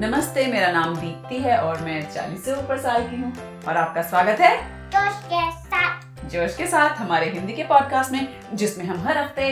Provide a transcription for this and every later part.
नमस्ते मेरा नाम दीप्ति है और मैं 40 से ऊपर साल की हूँ और आपका स्वागत है जोश के साथ जोश के साथ हमारे हिंदी के पॉडकास्ट में जिसमें हम हर हफ्ते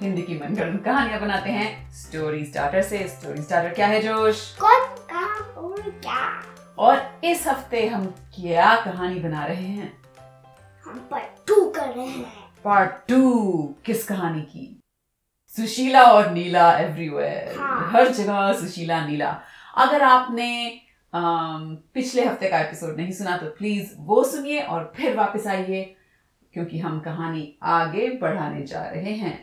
हिंदी की मनगढ़ंत कहानियां बनाते हैं स्टोरी स्टार्टर से स्टोरी स्टार्टर क्या है जोश कौन कहा और क्या और इस हफ्ते हम क्या कहानी बना रहे हैं हम पर टू कर रहे हैं पार्ट टू किस कहानी की सुशीला और नीला एवरीवेयर हाँ। हर जगह सुशीला नीला अगर आपने अम, पिछले हफ्ते का एपिसोड नहीं सुना तो प्लीज वो सुनिए और फिर वापस आइए क्योंकि हम कहानी आगे बढ़ाने जा रहे हैं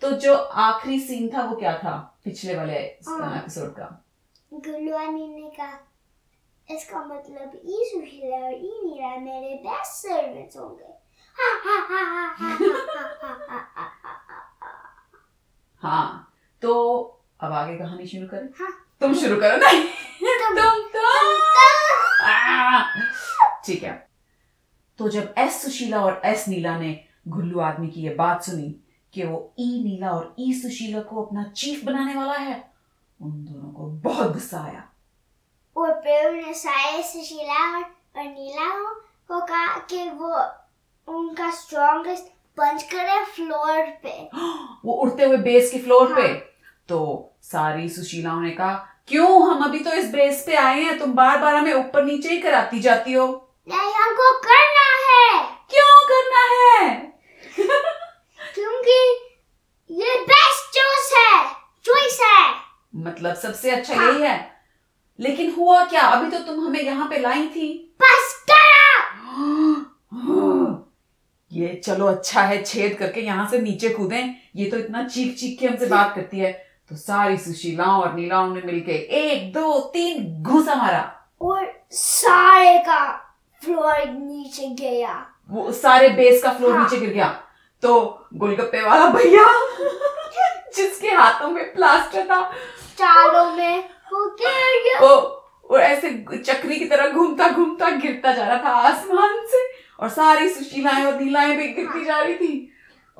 तो जो आखिरी सीन था वो क्या था पिछले वाले हाँ। एपिसोड का गुलवानी ने कहा इसका मतलब ई सुशीला और ई नीरा मेरे बेस्ट सर्वेंट्स होंगे हा, हा, हा, हा, हा, हा, हा, हा, हा, हा, हा, हा। हाँ तो अब आगे कहानी शुरू करें हाँ। तुम शुरू करो नहीं तुम- तुम तुम तुम- आह! ठीक है तो जब एस सुशीला और एस नीला ने गुल्लू आदमी की ये बात सुनी कि वो ई नीला और ई सुशीला को अपना चीफ बनाने वाला है उन दोनों को बहुत गुस्सा आया और फिर उन्हें सारे सुशीला और, और नीला को, को कहा कि वो उनका स्ट्रॉन्गेस्ट पंच करे फ्लोर पे वो उड़ते हुए बेस के फ्लोर पे हाँ। तो सारी सुशीलाओं ने कहा क्यों हम अभी तो इस बेस पे आए हैं तुम बार बार हमें ऊपर नीचे ही कराती जाती हो नहीं हमको करना है क्यों करना है क्योंकि ये बेस्ट चॉइस है चॉइस है मतलब सबसे अच्छा हाँ। यही है लेकिन हुआ क्या अभी तो तुम हमें यहाँ पे लाई थी बस करो ये चलो अच्छा है छेद करके यहाँ से नीचे कूदे ये तो इतना चीख चीख के हमसे बात करती है तो सारी सुशीलाओं और नीलाओं ने मिलके एक दो तीन घुसा मारा और सारे का फ्लोर नीचे गया वो सारे बेस का फ्लोर हाँ। नीचे गिर गया तो गोलगप्पे वाला भैया जिसके हाथों में प्लास्टर था चारों में वो गिर गया वो वो ऐसे चक्री की तरह घूमता घूमता गिरता जा रहा था आसमान से और सारी सुशीलाएं और नीलाएं भी गिरती जा रही थी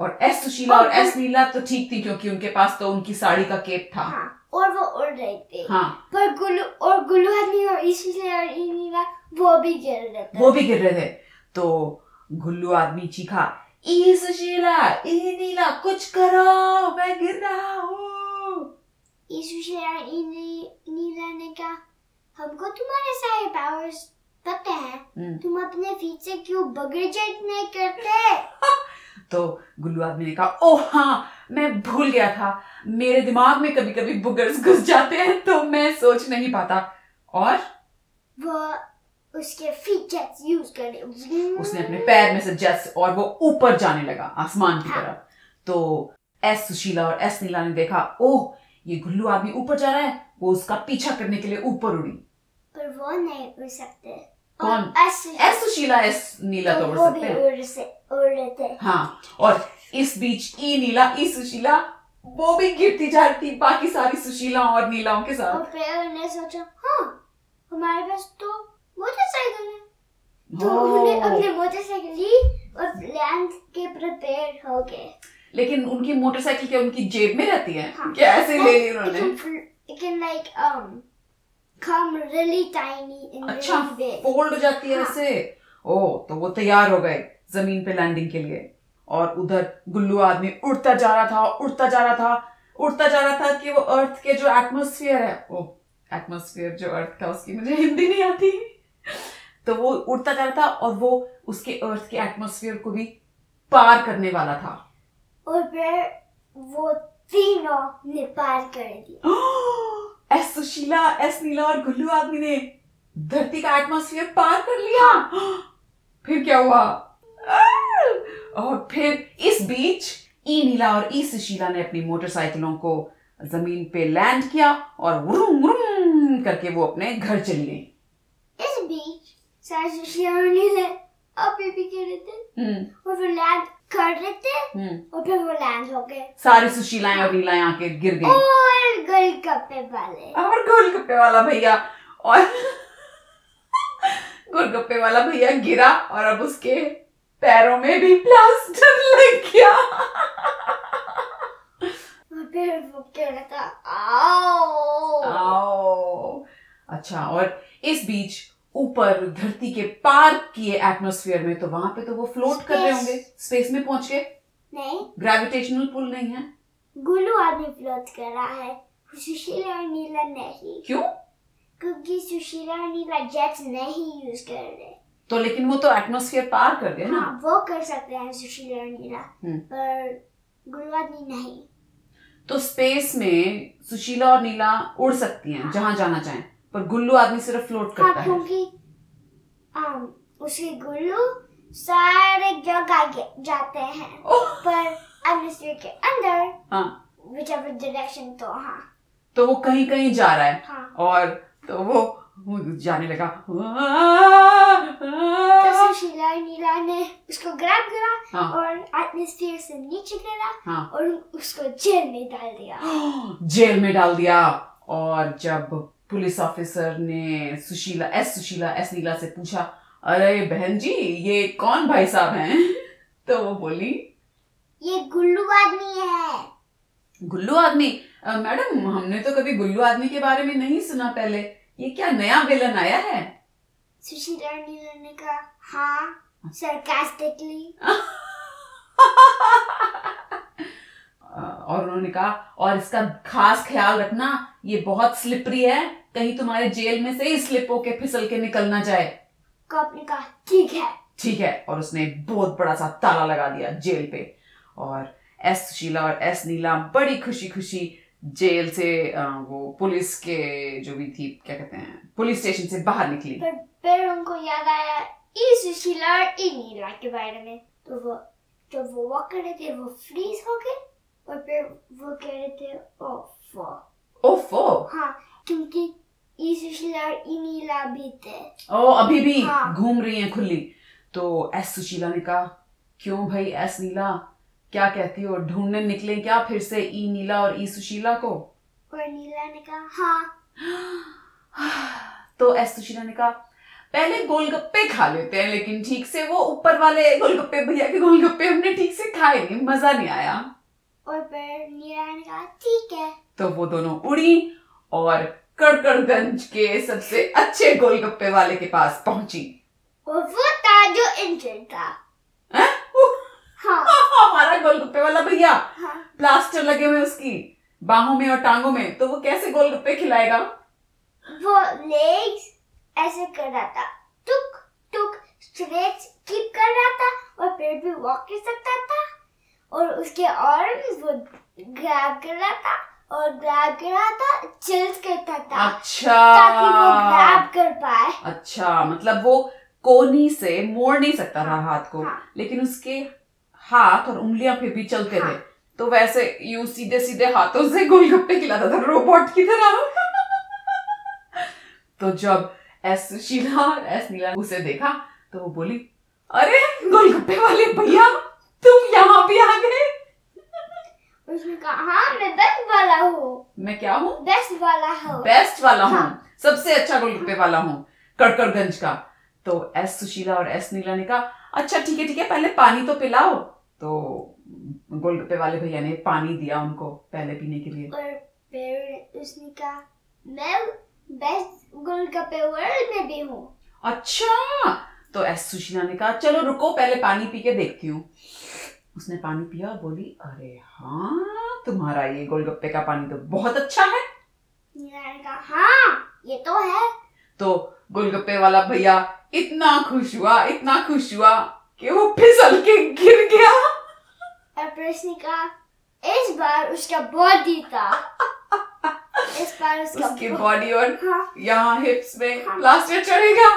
और एस सुशीला और एस नीला तो ठीक थी क्योंकि उनके पास तो उनकी साड़ी का केप था हाँ, और वो उड़ रही थी हाँ पर गुल्लू और गुल्लू हथनी और इसलिए और इनीला वो भी गिर रहे थे वो भी गिर रहे थे तो गुल्लू आदमी चीखा ई सुशीला ई नीला कुछ करो मैं गिर रहा हूँ इसलिए और इनी- नीला ने कहा हमको तुम्हारे सारे पावर्स पता है हम्म। तुम अपने फीट से क्यों बगड़ जेट नहीं करते तो गुल्लू आदमी ने कहा ओह हाँ मैं भूल गया था मेरे दिमाग में कभी कभी बुगर्स घुस जाते हैं तो मैं सोच नहीं पाता और वो उसके फीचर्स यूज करे उसने अपने पैर में से जस्ट और वो ऊपर जाने लगा आसमान की तरफ तो एस सुशीला और एस नीला ने देखा ओह ये गुल्लू आदमी ऊपर जा रहा है वो उसका पीछा करने के लिए ऊपर उड़ी पर वो नहीं उड़ सकते कौन? और ऐसे एस सुशीला एस नीला तो उड़ वो सकते भी हैं उड़ से उड़ रहे थे हाँ और इस बीच ई नीला ई सुशीला वो भी गिरती जा रही थी बाकी सारी सुशीला और नीलाओं के साथ और फिर उन्होंने सोचा हाँ हमारे पास तो मोटरसाइकिल है तो हाँ। उन्होंने ओह। अपने मोटरसाइकिल ली और लैंड के प्रिपेयर हो गए लेकिन उनकी मोटरसाइकिल क्या उनकी जेब में रहती है हाँ। क्या ऐसे ले ली उन्होंने लेकिन like um come really tiny in अच्छा really big फोल्ड हो जाती है हाँ। ऐसे ओ तो वो तैयार हो गए जमीन पे लैंडिंग के लिए और उधर गुल्लू आदमी उड़ता जा रहा था उड़ता जा रहा था उड़ता जा रहा था कि वो अर्थ के जो एटमोस्फियर है ओ एटमोस्फियर जो अर्थ का उसकी मुझे हिंदी नहीं आती तो वो उड़ता जा रहा था और वो उसके अर्थ के एटमोस्फियर को भी पार करने वाला था और फिर वो तीनों ने पार कर दिया एस सुशीला एस नीला और गुल्लू आदमी ने धरती का एटमॉस्फेयर पार कर लिया फिर क्या हुआ और फिर इस बीच ई नीला और ई सुशीला ने अपनी मोटरसाइकिलों को जमीन पे लैंड किया और वुरुम वुरुम करके वो अपने घर चली गई इस बीच साजुशी और नीले अभी भी गिरे थे हम्म, और फिर लैंड कर रहे थे हम्म। और फिर वो लैंड हो गए सारी सुशीलाएं और नीलाएं आके गिर गई और गोलगप्पे वाले और गोलगप्पे वाला भैया और गोलगप्पे वाला भैया गिरा और अब उसके पैरों में भी प्लास्टर लग गया और फिर वो कह रहा था आओ आओ अच्छा और इस बीच ऊपर धरती के पार किए एटमोस्फेयर में तो वहां पे तो वो फ्लोट कर रहे Space. होंगे स्पेस में पहुंच गए नहीं ग्रेविटेशनल पुल नहीं है गुल्लू आदमी फ्लोट कर रहा है सुशीला और नीला नहीं क्यों क्योंकि सुशीला और नीला जेट्स नहीं यूज कर रहे तो लेकिन वो तो एटमोस्फेयर पार कर गए ना हाँ वो कर सकते हैं सुशीला और नीला हम्म। पर गुल्लू आदमी नहीं तो स्पेस में सुशीला और नीला उड़ सकती हैं जहां जाना चाहें पर गुल्लू आदमी सिर्फ फ्लोट करता हाँ है क्योंकि आम, उसके गुल्लू um, सारे जगह गे- जाते हैं ओह, पर एटमोस्फेयर के अंदर हाँ विच एवर डायरेक्शन तो हाँ तो वो कहीं कहीं जा रहा है हाँ और तो वो वो जाने लगा तो सुशीला और नीला ने उसको ग्रैब करा हाँ और एटमोस्फेयर से नीचे गिरा हाँ और उसको जेल में डाल दिया जेल में डाल दिया और जब पुलिस ऑफिसर ने सुशीला एस सुशीला एस नीला से पूछा अरे बहन जी ये कौन भाई साहब हैं तो वो बोली ये गुल्लू आदमी है गुल्लू आदमी "अ, मैडम हमने तो कभी गुल्लू आदमी के बारे में नहीं सुना पहले ये क्या नया विलन आया है सुशीला और नीला ने कहा हाँ सरकास्टिकली अ, और उन्होंने कहा और इसका खास ख्याल रखना ये बहुत स्लिपरी है कहीं तुम्हारे जेल में से ही स्लिप होके फिसल के निकल ना जाए कॉप ने कहा ठीक है ठीक है और उसने बहुत बड़ा सा ताला लगा दिया जेल पे और एस सुशीला और एस नीला बड़ी खुशी खुशी जेल से अ, वो पुलिस के जो भी थी क्या कहते हैं पुलिस स्टेशन से बाहर निकली पर फिर उनको याद आया ई सुशीला और ई नीला के बारे में तो वो जब वो वॉक कर रहे थे वो फ्रीज हो गए और फिर वो कह रहे थे ओ फो ओफो हाँ क्योंकि ई सुशीला और ई नीला भी थे ओ अभी भी हाँ। घूम रही हैं खुली तो एस सुशीला ने कहा क्यों भाई एस नीला क्या कहती हो ढूंढने निकले क्या फिर से ई नीला और ई सुशीला को और नीला ने कहा हाँ तो एस सुशीला ने कहा पहले गोलगप्पे खा लेते हैं लेकिन ठीक से वो ऊपर वाले गोलगप्पे भैया के गोलगप्पे हमने ठीक से खाए नहीं मजा नहीं आया और फिर नीला ने कहा ठीक है तो वो दोनों उड़ी और कड़कड़गंज के सबसे अच्छे गोलगप्पे वाले के पास पहुंची और वो था जो इंजन था हैं? वो- हाँ हमारा गोलगप्पे वाला भैया हाँ प्लास्टर लगे हुए उसकी बाहों में और टांगों में तो वो कैसे गोलगप्पे खिलाएगा वो लेग्स ऐसे कर रहा था टुक टुक स्ट्रेच कीप कर रहा था और फिर भी वॉक कर सकता था और उसके आर्म्स वो ग्रैब कर रहा था और ग्रैब कर रहा था चिल्स करता था ताकि वो अच्छा ग्रैब कर पाए अच्छा मतलब वो कोनी से मोड़ नहीं सकता था हाथ को हाँ। लेकिन उसके हाथ और उंगलियां फिर भी चलते थे हाँ। तो वैसे यूं सीधे सीधे हाथों से गोलगप्पे खिलाता था रोबोट की तरह तो जब एस शीला और एस नीला उसे देखा तो वो बोली अरे गोलगप्पे वाले भैया तुम यहाँ भी आ गए उसने कहा हाँ मैं बेस्ट वाला हूँ मैं क्या हूँ बेस्ट वाला हूँ बेस्ट वाला हूँ हाँ। सबसे अच्छा गोलगप्पे वाला हूँ कड़कड़गंज का तो एस सुशीला और एस नीला ने कहा अच्छा ठीक है ठीक है पहले पानी तो पिलाओ तो गोलगप्पे वाले भैया ने पानी दिया उनको पहले पीने के लिए और फिर उसने कहा मैं बेस्ट गोलगप्पे वर्ल्ड में भी हूँ अच्छा तो एस सुशीला ने कहा चलो रुको पहले पानी पी के देखती हूँ उसने पानी पिया और बोली अरे हाँ तुम्हारा ये गोलगप्पे का पानी तो बहुत अच्छा है नीला ने कहा हाँ ये तो है तो गोलगप्पे वाला भैया इतना खुश हुआ इतना खुश हुआ कि वो फिसल के गिर गया और प्रश्न का इस बार उसका बॉडी था इस बार उसका उसके bo- बॉडी और हाँ यहाँ हिप्स में हाँ। प्लास्टर चढ़ेगा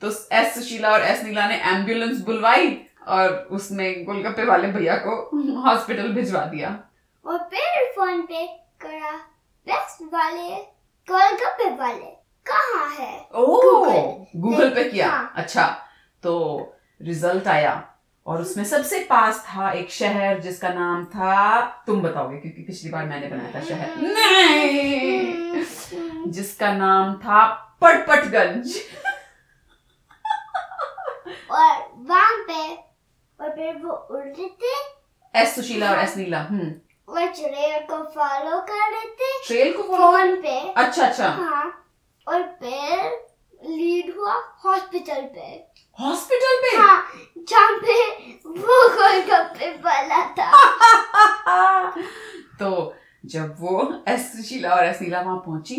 तो एस सुशीला और एस नीला ने एम्बुलेंस बुलवाई और उसमें गोलगप्पे वाले भैया को हॉस्पिटल भिजवा दिया और फिर फोन पे करा बेस्ट वाले गोलगप्पे वाले कहाँ है Google। गूगल पे किया हाँ। अच्छा तो रिजल्ट आया और उसमें सबसे पास था एक शहर जिसका नाम था तुम बताओगे क्योंकि पिछली बार मैंने बनाया था शहर हाँ। नहीं हम्म, जिसका नाम था पटपटगंज और वहाँ पे और फिर वो उड़ रहे थे एस सुशीला और एस नीला हम्म और चिड़िया को फॉलो कर रहे थे ट्रेल को follow- फोन पे अच्छा अच्छा हाँ और पैर लीड हुआ हॉस्पिटल पे हॉस्पिटल पे हाँ जहाँ पे वो गोलगप्पे वाला था तो जब वो एस शीला और एस नीला वहां पहुंची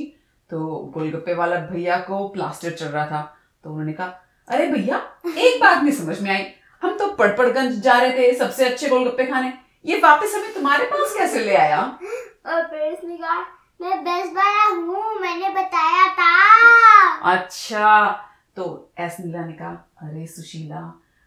तो गोलगप्पे वाला भैया को प्लास्टर चल रहा था तो उन्होंने कहा अरे भैया एक बात नहीं समझ में आई हम तो पड़पड़गंज जा रहे थे सबसे अच्छे गोलगप्पे खाने ये वापस हमें तुम्हारे पास कैसे ले आया और फिर उसने कहा मैं बेस्ट वाला हूँ मैंने बताया था अच्छा तो एस नीला ने कहा अरे सुशीला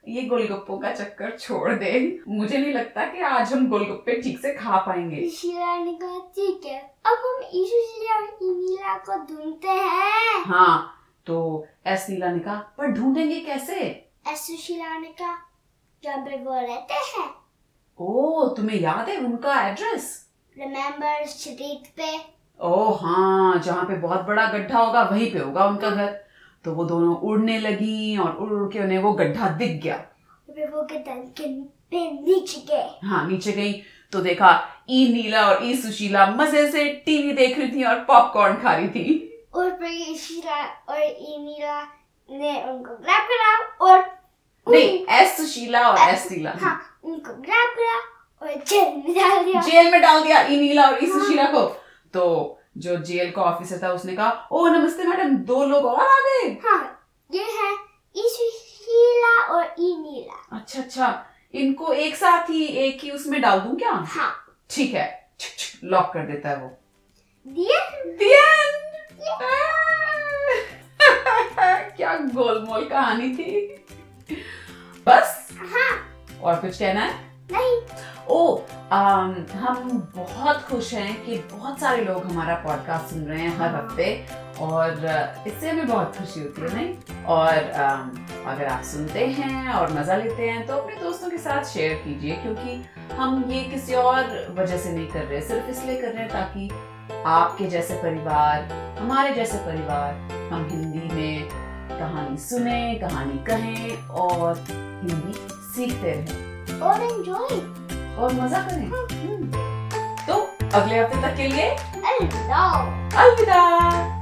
ये गोलगप्पों का चक्कर छोड़ दे मुझे नहीं लगता कि आज हम गोलगप्पे ठीक से खा पाएंगे शीला ने कहा ठीक है अब हम ईशु शीला और इमीला को ढूंढते हैं हाँ तो एस नीला ने कहा पर ढूंढेंगे कैसे ऐसे शीला ने कहा जहाँ पे वो रहते हैं ओ तुम्हें याद है उनका एड्रेस रिमेम्बर स्ट्रीट पे ओ हाँ जहाँ पे बहुत बड़ा गड्ढा होगा वहीं पे होगा उनका घर तो वो दोनों उड़ने लगी और उड़ उड़ के उन्हें वो गड्ढा दिख गया फिर वो के दल के पे नीचे गए हाँ नीचे गई तो देखा ई नीला और ई सुशीला मजे से टीवी देख रही थी और पॉपकॉर्न खा रही थी और फिर शीला और इमीला ने उनको ग्रैब करा और उन- नहीं एस सुशीला और एस नीला हाँ उनको ग्रैब करा और जेल में डाल दिया जेल में डाल दिया ई नीला और ई हाँ। सुशीला को तो जो जेल का ऑफिसर था उसने कहा ओ नमस्ते मैडम दो लोग और आ गए हाँ ये है ईशु शीला और इमीला अच्छा अच्छा इनको एक साथ ही एक ही उसमें डाल दूं क्या हाँ ठीक है लॉक कर देता है वो दिया The end! क्या गोलमोल कहानी थी बस हाँ और कुछ कहना है नहीं ओ अम, हम बहुत खुश हैं कि बहुत सारे लोग हमारा पॉडकास्ट सुन रहे हैं हर हाँ। हफ्ते और अ, इससे हमें बहुत खुशी होती है नहीं और अम, अगर आप सुनते हैं और मजा लेते हैं तो अपने दोस्तों के साथ शेयर कीजिए क्योंकि हम ये किसी और वजह से नहीं कर रहे सिर्फ इसलिए कर रहे हैं ताकि आपके जैसे परिवार हमारे जैसे परिवार हम हिंदी में कहानी सुने कहानी कहें और हिंदी सीखते रहें और एंजॉय और मजा करें हम्म। तो अगले हफ्ते तक के लिए अलविदा अलविदा